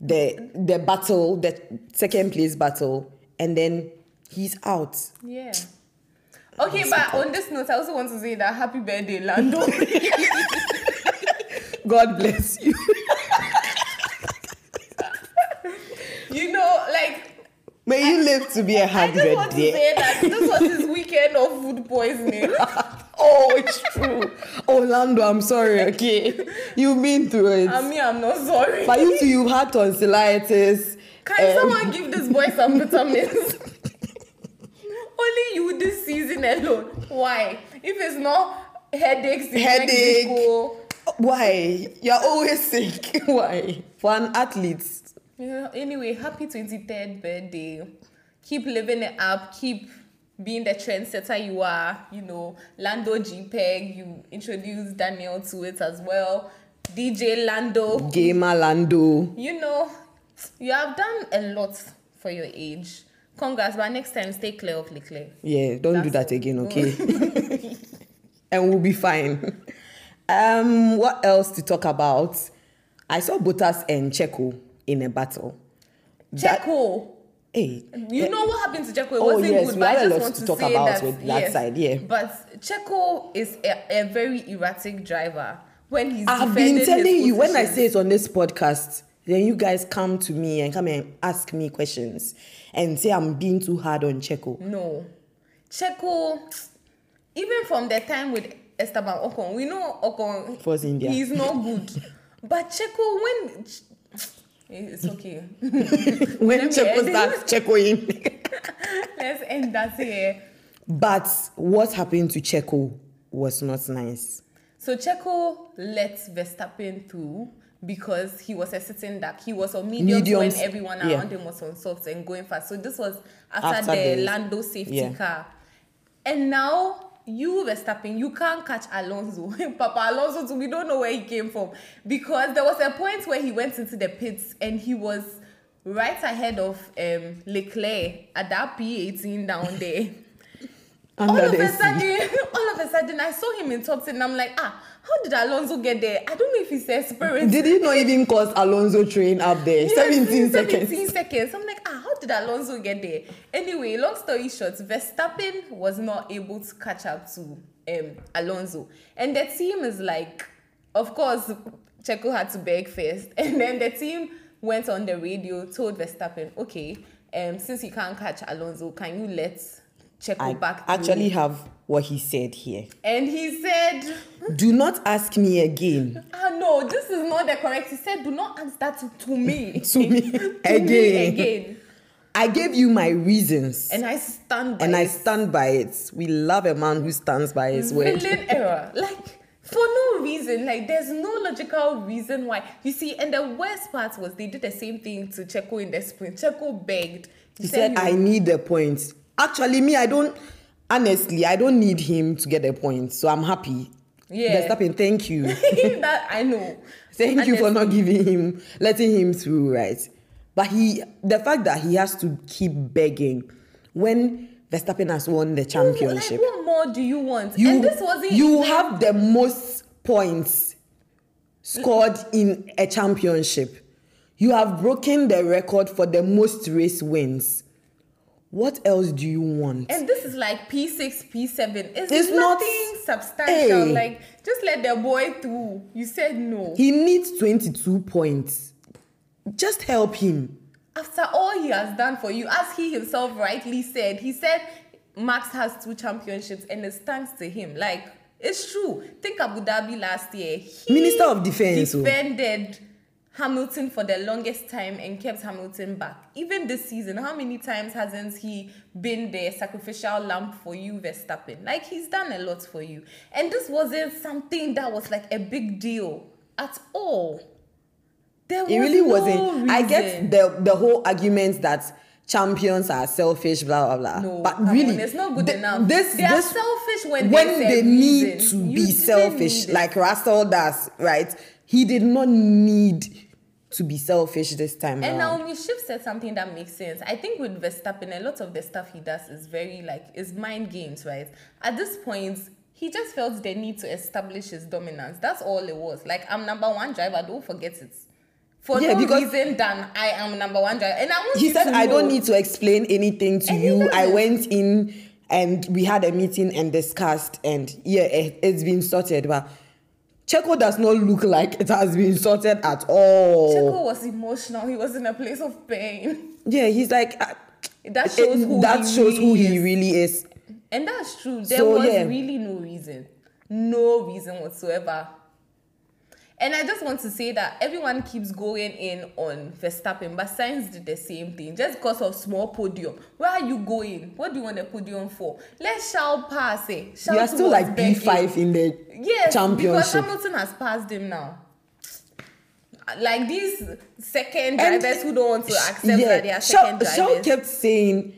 S1: the the battle, the second place battle, and then he's out.
S2: Yeah. Okay, but on this note, I also want to say that happy birthday, Lando.
S1: God bless you.
S2: you know, like
S1: May you live to be a
S2: I just
S1: hundred
S2: want to
S1: dear.
S2: say that this was his weekend of food poisoning.
S1: Oh, it's true. Orlando, I'm sorry, okay? You've been through it.
S2: I mean, I'm not sorry.
S1: but you too, you've had tonsillitis.
S2: Can
S1: um,
S2: someone give this boy some vitamins? Only you this season alone. Why? If it's not headaches in
S1: Headache.
S2: Mexico,
S1: Why? You're always sick. Why? For an athlete.
S2: Yeah, anyway, happy 23rd birthday. Keep living it up. Keep being the trendsetter you are. You know, Lando JPEG, you introduced Daniel to it as well. DJ Lando.
S1: Gamer Lando.
S2: You know, you have done a lot for your age. Congrats, but next time stay clear of Leclerc.
S1: Yeah, don't do
S2: That's- Oh.
S1: that again, okay? and we'll be fine. Um, what else to talk about? I saw Bottas and Checo in a battle. That-
S2: Checo.
S1: hey,
S2: You know what happened to Checo? It
S1: Oh,
S2: wasn't
S1: yes,
S2: good,
S1: we
S2: but
S1: had
S2: I
S1: a
S2: just
S1: lot
S2: want
S1: to
S2: to
S1: talk
S2: say
S1: about
S2: that,
S1: with that
S2: yes,
S1: side, yeah.
S2: But Checo is a, a very erratic driver when he's
S1: I've
S2: defending
S1: been
S2: his
S1: telling you when I
S2: position.
S1: say it on this podcast, then you guys come to me and come and ask me questions and say I'm being too hard on Checo.
S2: No. Checo, even from the time with Esteban Ocon, we know Ocon
S1: First India.
S2: He's not good. but Checo, when it's okay.
S1: when
S2: Let me
S1: Checo
S2: end
S1: starts Checoing.
S2: Let's end that here.
S1: But what happened to Checo was not nice.
S2: So Checo let Verstappen through because he was a sitting duck. He was on mediums, when
S1: Mediums,
S2: everyone
S1: yeah.
S2: around him was on softs and going fast. So this was after,
S1: After
S2: the,
S1: the-
S2: Lando safety
S1: yeah.
S2: car. And now you Verstappen, you can't catch Alonso. Papa Alonso too, we don't know where he came from. Because there was a point where he went into the pits and he was right ahead of um Leclerc at that P18 down there. all
S1: Under
S2: of
S1: the
S2: a
S1: sea.
S2: sudden, all of a sudden, I saw him in top ten. and I'm like, ah, how did Alonso get there? I don't know if it's a spirit.
S1: Did he not even cause Alonso train up there?
S2: Yes,
S1: 17 seconds.
S2: 17 seconds. I'm like, ah, how did Alonso get there? Anyway, long story short, Verstappen was not able to catch up to um, Alonso. And the team is like, of course, Checo had to beg first. And then the team went on the radio, told Verstappen, okay, um, since you can't catch Alonso, can you let Checo
S1: I
S2: back through?"
S1: actually have what he said here.
S2: And he said,
S1: Do not ask me again.
S2: Ah, no, this is not the correct. He said, Do not ask that to, to me.
S1: To me
S2: To me
S1: again.
S2: again.
S1: I gave you my reasons and,
S2: And I stand by
S1: I
S2: it.
S1: stand by it. We love a man who stands by his word.
S2: Villain error. Like, for no reason. Like, there's no logical reason why. You see, and the worst part was they did the same thing to Checo in the sprint. Checo begged.
S1: He said, I need a point. Actually, me, I don't, honestly, I don't need him to get a point. So I'm happy.
S2: Yeah.
S1: Verstappen, thank you.
S2: that I know.
S1: Thank you for
S2: Honestly.
S1: not giving him, letting him through, right? But he, the fact that he has to keep begging when Verstappen has won the championship,
S2: Like, what more do you want?
S1: you
S2: and this wasn't
S1: you
S2: even-
S1: have the most points scored in a championship. You have broken the record for the most race wins. What else do you want?
S2: And this is like P6, P7. It's,
S1: It's not-
S2: nothing substantial.
S1: Hey.
S2: Like, just let the boy through. You said no.
S1: He needs 22 points. Just help him.
S2: After all he has done for you, as he himself rightly said, he said Max has two championships and it's thanks to him. Like, it's true. Think Abu Dhabi last year. He
S1: Minister of Defense, oh.
S2: defended Hamilton for the longest time and kept Hamilton back. Even this season, how many times hasn't he been the sacrificial lamb for you, Verstappen? Like he's done a lot for you. And this wasn't something that was like a big deal at all. There was
S1: It really
S2: no
S1: wasn't. I
S2: reason.
S1: get the the whole argument that champions are selfish, blah blah blah.
S2: No,
S1: but
S2: come
S1: really,
S2: on, it's not good
S1: th-
S2: enough.
S1: This,
S2: They are
S1: this-
S2: selfish when there's a
S1: they need to
S2: reason. You
S1: be
S2: didn't
S1: selfish,
S2: need it.
S1: like Russell does, right? He did not need to be selfish this time
S2: And
S1: around.
S2: Naomi Schiff said something that makes sense. I think with Verstappen, a lot of the stuff he does is very like is mind games, right? At this point, he just felt the need to establish his dominance. That's all it was. Like I'm number one driver. Don't forget it. For
S1: Yeah,
S2: no
S1: because-
S2: reason than I am number one driver. And I want
S1: he
S2: you
S1: said,
S2: to
S1: "I
S2: know-
S1: don't need to explain anything to
S2: And he
S1: you. I
S2: doesn't.
S1: went in and we had a meeting and discussed, and yeah, it, it's been sorted." But Checo does not look like it has been sorted at all.
S2: Checo was emotional. He was in a place of pain.
S1: Yeah, he's like uh,
S2: That shows who
S1: that
S2: he
S1: shows who
S2: really
S1: he
S2: is.
S1: really is.
S2: And that's true. There
S1: So,
S2: was
S1: yeah.
S2: really no reason. No reason whatsoever. And I just want to say that everyone keeps going in on Verstappen, but Sainz did the same thing just because of small podium. Where are you going? What do you want a podium for? Let's shout pass it. Shout
S1: You are still like B
S2: towards Becky.
S1: five in the
S2: Yes, because
S1: championship.
S2: Hamilton has passed him now. Like these second
S1: And-
S2: drivers who don't want to accept
S1: yeah,
S2: that they are
S1: Shaw,
S2: second
S1: Shaw
S2: drivers.
S1: kept saying,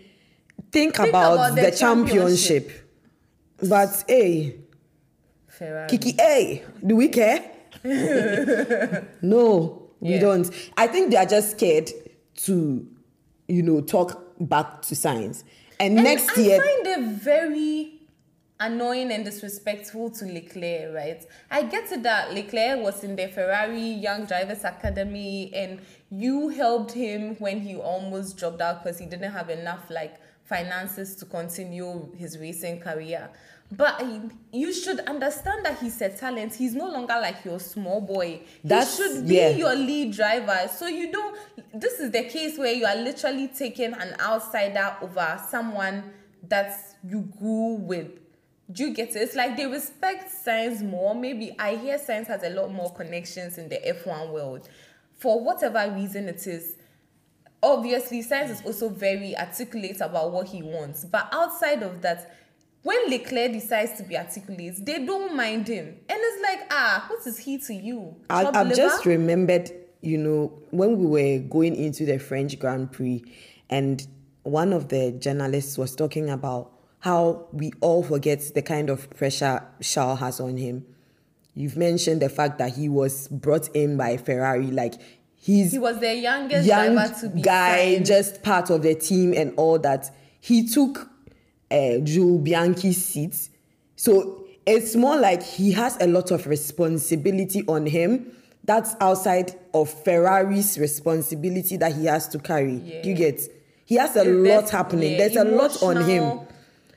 S1: "Think, about,
S2: about
S1: the,
S2: the
S1: championship.
S2: championship."
S1: but hey,
S2: Ferrari.
S1: Kiki, hey, do we care? no, we
S2: Yeah.
S1: don't. I think they are just scared to, you know, talk back to science. And,
S2: And
S1: next
S2: I
S1: year,
S2: find it very annoying and disrespectful to Leclerc, right? I get it that Leclerc was in the Ferrari Young Drivers Academy and you helped him when he almost dropped out because he didn't have enough like finances to continue his racing career. But he- you should understand that he's a talent. He's no longer like your small boy.
S1: That's-
S2: he should be
S1: yeah.
S2: your lead driver. So you don't. This is the case where you are literally taking an outsider over someone that you grew with. Do you get it? It's like they respect science more. Maybe I hear science has a lot more connections in the F1 world. For whatever reason it is, obviously science is also very articulate about what he wants but outside of that when leclerc decides to be articulate they don't mind him and it's like ah what is he to you
S1: I,
S2: Chopped
S1: I've
S2: liver?
S1: just remembered, you know, when we were going into the French Grand Prix, and one of the journalists was talking about how we all forget the kind of pressure Charles has on him. You've mentioned the fact that he was brought in by Ferrari, like he's
S2: he was the youngest driver to
S1: young
S2: be
S1: guy,
S2: signed.
S1: just part of the team and all that. He took uh, Jules Bianchi's seat. So it's more like he has a lot of responsibility on him. That's outside of Ferrari's responsibility that he has to carry. Do You
S2: Yeah.
S1: get? He has a lot
S2: Invest-
S1: happening.
S2: yeah,
S1: There's a lot on him.
S2: emotional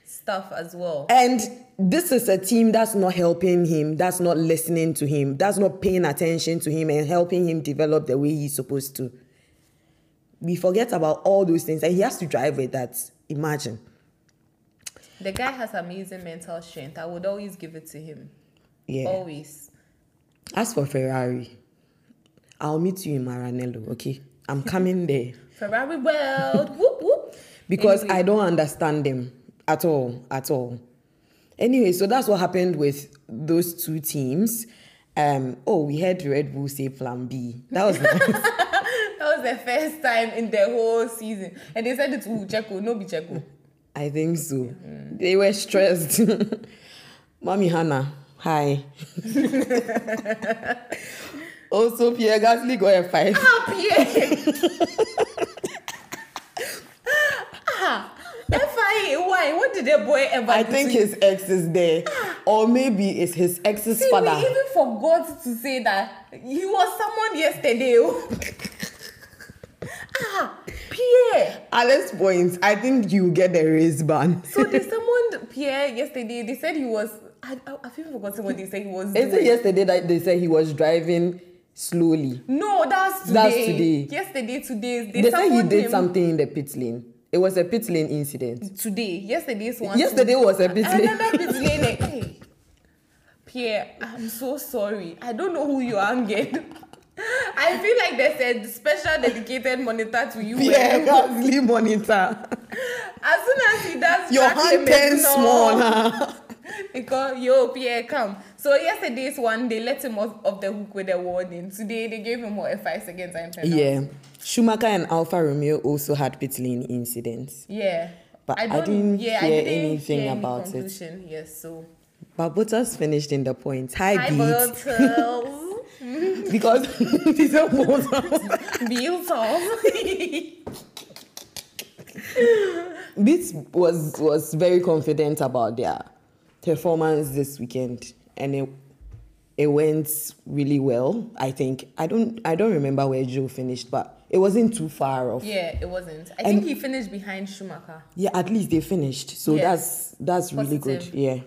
S2: stuff as well
S1: And this is a team that's not helping him, that's not listening to him, that's not paying attention to him and helping him develop the way he's supposed to. We forget about all those things, and he has to drive with that. Imagine.
S2: the guy has amazing mental strength i would always give it to him
S1: Yeah.
S2: always
S1: As for Ferrari, I'll meet you in Maranello, okay? I'm coming there
S2: ferrari world whoop whoop
S1: because
S2: Anyway.
S1: I don't understand them at all, at all. Anyway, so that's what happened with those two teams. Um, oh, we heard Red Bull say Plan B. That was
S2: That was the first time in the whole season. And they said it to Cheko, no be Cheko.
S1: I think so.
S2: Mm.
S1: They were stressed. Mommy Hannah, hi. also, Pierre Oh, Gasly got a five.
S2: Ah, Pierre! ah, FIA, why? What did the boy ever
S1: I
S2: do
S1: think
S2: to you?
S1: his ex is there, or maybe it's his ex's
S2: See, we
S1: father.
S2: even forgot to say that he was someone yesterday. oh. ah, Pierre!
S1: Alice points. I think you get the race ban.
S2: So they summoned Pierre yesterday. They said he was. I, I, I've even forgotten what they said he was.
S1: Is it
S2: doing.
S1: yesterday that they said he was driving slowly?
S2: No, that's today.
S1: That's today.
S2: Yesterday, today.
S1: They, said he
S2: summoned
S1: did
S2: him.
S1: something in the pit lane. It was a pit lane incident.
S2: today yesterday's one
S1: Yesterday was a bit late.
S2: another bit late hey pierre i'm so sorry i don't know who you are again i feel like there's a special dedicated monitor to you eh?
S1: Pierre
S2: where-
S1: Gasly monitor.
S2: as soon as he does
S1: Your
S2: track
S1: hand
S2: limits,
S1: turns
S2: no.
S1: small. huh?
S2: because yo pierre come so yesterday's one they let him off, off the hook with a warning today they gave him what a five second time penalty
S1: Yeah. Schumacher and Alfa Romeo also had pit lane incidents.
S2: yeah
S1: But I
S2: don't-
S1: didn't
S2: yeah, I
S1: hear
S2: didn't
S1: anything
S2: hear any
S1: about it.
S2: conclusion. yes so
S1: But Bottas finished in the points. High
S2: hi
S1: beat.
S2: Bottles.
S1: Because these are Bottas.
S2: Beautiful.
S1: Beats was, was very confident about their performance this weekend. And it it went really well, I think. I don't I don't remember where Joe finished, but it wasn't too far off.
S2: yeah, it wasn't. I
S1: And-
S2: think he finished behind Schumacher.
S1: Yeah, at least they finished. So
S2: Yeah.
S1: that's that's really
S2: Positive.
S1: good. Yeah.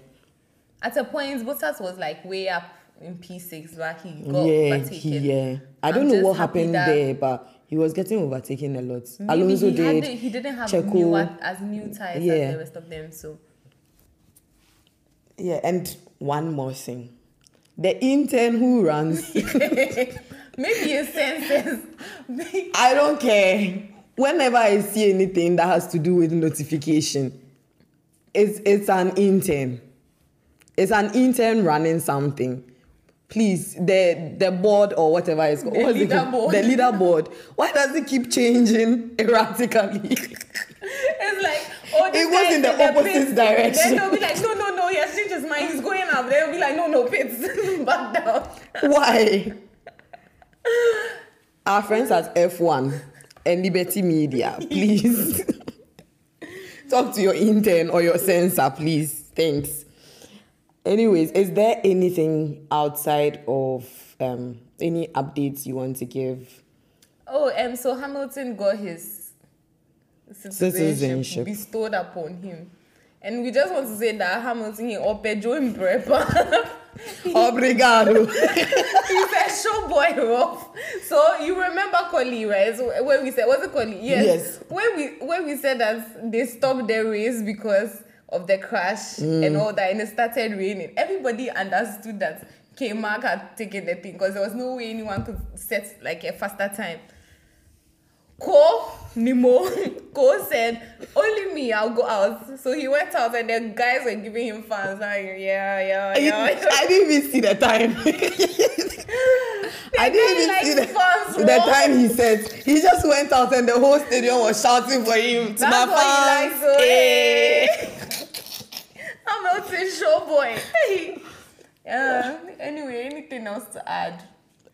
S2: At a point, Bottas was like way up in P6, but he got
S1: yeah,
S2: overtaken.
S1: he, yeah. I
S2: I'm
S1: don't know
S2: just
S1: what
S2: happy
S1: happened
S2: that-
S1: there, but he was getting overtaken a lot.
S2: Maybe
S1: Alonso
S2: he,
S1: did.
S2: Had, he didn't have
S1: Checo.
S2: new at- as new tires
S1: Yeah.
S2: as the rest of them, so
S1: Yeah, and one more thing. The intern who runs,
S2: maybe his senses. Maybe-
S1: I don't care. Whenever I see anything that has to do with notification, it's it's an intern. It's an intern running something. Please, the the board or whatever it's called.
S2: The
S1: What's it called?
S2: leaderboard.
S1: The leaderboard. Why does it keep changing erratically?
S2: it's like oh, this
S1: It was
S2: guy
S1: in
S2: is
S1: the opposite
S2: pit.
S1: direction.
S2: Then they'll be like, no, no, no, he has changed change his mind, he's going up. They'll be like, no, no, Pitts, back down.
S1: Why? Our friends at F1 and Liberty Media, please. Talk to your intern or your censor, please. Thanks. Anyways, is there anything outside of um, any updates you want to give?
S2: Oh, and so Hamilton got his
S1: Citizenship.
S2: bestowed upon him. And we just want to say that Hamilton he opened Joe Brepa.
S1: Obrigado.
S2: He's a show boy, Rolf. oh." So you remember Collie, right? So when we said was it Collie? Yes.
S1: Yes.
S2: When we when we said that they stopped their race because of the crash and all that, and it started raining. Everybody understood that K Mark had taken the thing because there was no way anyone could set like a faster time. Ko Nemo Ko said, Only me, I'll go out. So he went out and the guys were giving him fans like, yeah, yeah, yeah. yeah.
S1: I didn't even see the time. I didn't even
S2: like
S1: see the,
S2: fans,
S1: the
S2: bro.
S1: time he said. He just went out and the whole stadium was shouting for him. To
S2: That's
S1: my
S2: why he
S1: fans.
S2: likes oh, to-
S1: eh.
S2: Hamilton showboy. Hey. Uh, anyway, anything else to add?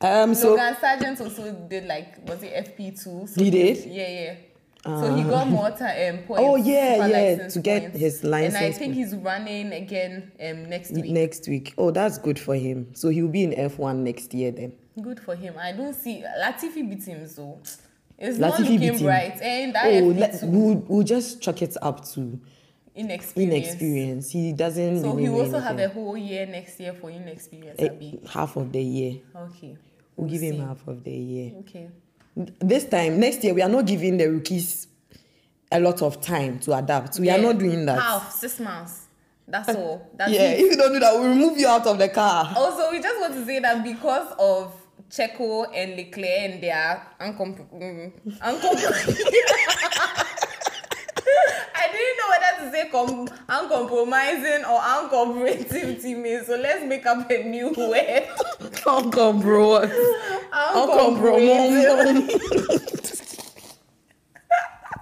S1: Um, so
S2: eh. Logan Sargent also did like was it FP two? So
S1: He did? Ah.
S2: Yeah, yeah. so he got more ti- um, points.
S1: Oh, yeah,
S2: super
S1: yeah,
S2: license
S1: to get his license
S2: And I think
S1: point.
S2: he's running again um next week.
S1: next week. Oh, that's good for him. So he'll be in F1 next year then.
S2: Good for him. I don't see Latifi beat him so it's not
S1: Latifi beat
S2: looking
S1: him.
S2: bright. And that
S1: oh,
S2: FP
S1: let,
S2: two
S1: we'll, we'll just chuck it up to
S2: inexperience.
S1: inexperience. He doesn't
S2: So he
S1: remember
S2: also have a
S1: anything.
S2: whole year next year for inexperience.
S1: Eh,
S2: Abi.
S1: half of the year.
S2: Okay.
S1: We'll, give him
S2: see.
S1: half of the year.
S2: Okay.
S1: This time, next year, we are not giving the rookies a lot of time to adapt. We are
S2: Yeah.
S1: not doing that.
S2: Half, six months. That's all. That's
S1: yeah,
S2: it.
S1: if you don't do that, we'll remove you out of the car.
S2: Also, we just want to say that because of Checo and Leclerc and their uncomp- mm, uncomp- I didn't know whether to say com- uncompromising or uncooperative teammates. So let's make up a new word.
S1: Uncle bro.
S2: Uncompromising.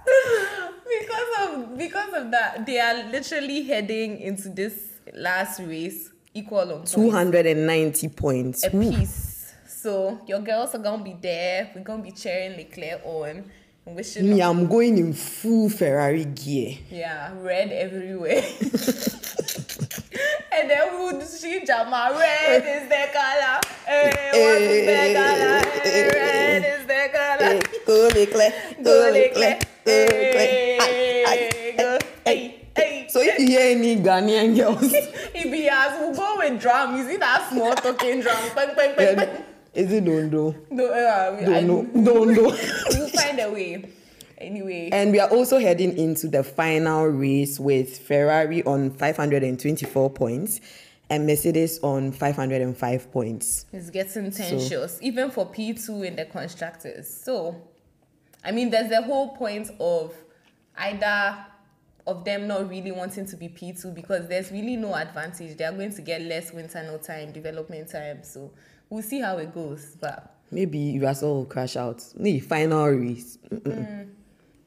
S2: because of because of that, they are literally heading into this last race equal on points.
S1: 290 points.
S2: a
S1: Ooh.
S2: piece. So your girls are gonna be there. We're gonna be cheering Leclerc on. and Wishing
S1: Me, I'm going in full Ferrari gear.
S2: yeah, red everywhere. and then we would see Jama, red is the color. Hey, what is the color? Hey, red is the color.
S1: Eh, Go Leclerc,
S2: Go
S1: go Leclerc,
S2: Leclerc.
S1: go Leclerc. Aye,
S2: Hey,
S1: aye,
S2: go.
S1: aye, aye.
S2: Hey, hey.
S1: So if you hear any Ghanaian girls,
S2: If he has, we'll go with drum. You see that small talking drum? Bang, bang, bang,
S1: then
S2: bang.
S1: is it Dondo?
S2: No, uh, I-
S1: Dondo, Dondo.
S2: we'll find a way. Anyway.
S1: And we are also heading into the final race with Ferrari on 524 points and Mercedes on 505 points.
S2: It's getting tensions, even for P2 in the constructors. So, I mean, there's the whole point of either of them not really wanting to be P2 because there's really no advantage. They are going to get less internal time, development time. So, we'll see how it goes. But
S1: Maybe Russell will crash out. Nee, final race.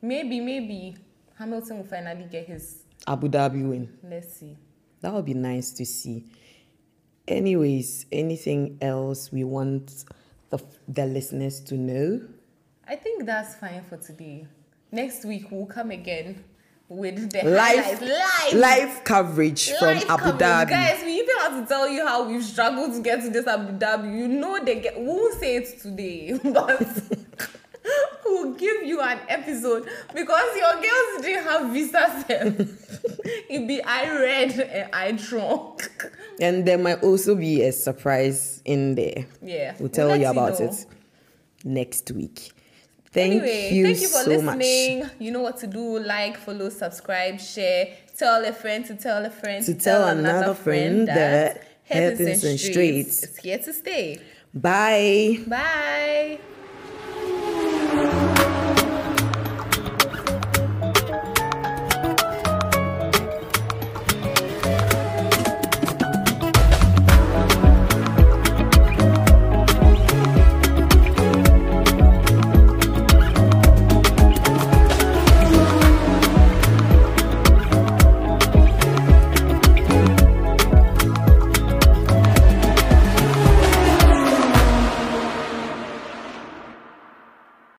S2: maybe, maybe Hamilton will finally get his.
S1: Abu Dhabi win.
S2: Let's see.
S1: That would be nice to see. Anyways, anything else we want the, the listeners to know?
S2: I think that's fine for today. Next week, we'll come again with the
S1: Live,
S2: highlights. Live!
S1: live coverage from
S2: Life
S1: Abu
S2: comes.
S1: Dhabi.
S2: Guys, we even have to tell you how we've struggled to get to this Abu Dhabi. You know they get we won't say it today, but we'll give you an episode because your girls didn't have visa self. it be I read and I drunk.
S1: And there might also be a surprise in there.
S2: Yeah.
S1: We'll tell
S2: let
S1: you about
S2: know.
S1: it next week. Thank
S2: anyway,
S1: you
S2: thank you for
S1: so much.
S2: listening. You know what to do. Like, follow, subscribe, share. Tell a friend to tell a friend
S1: To tell another friend that Heathens and Straits
S2: is here to stay.
S1: Bye.
S2: Bye.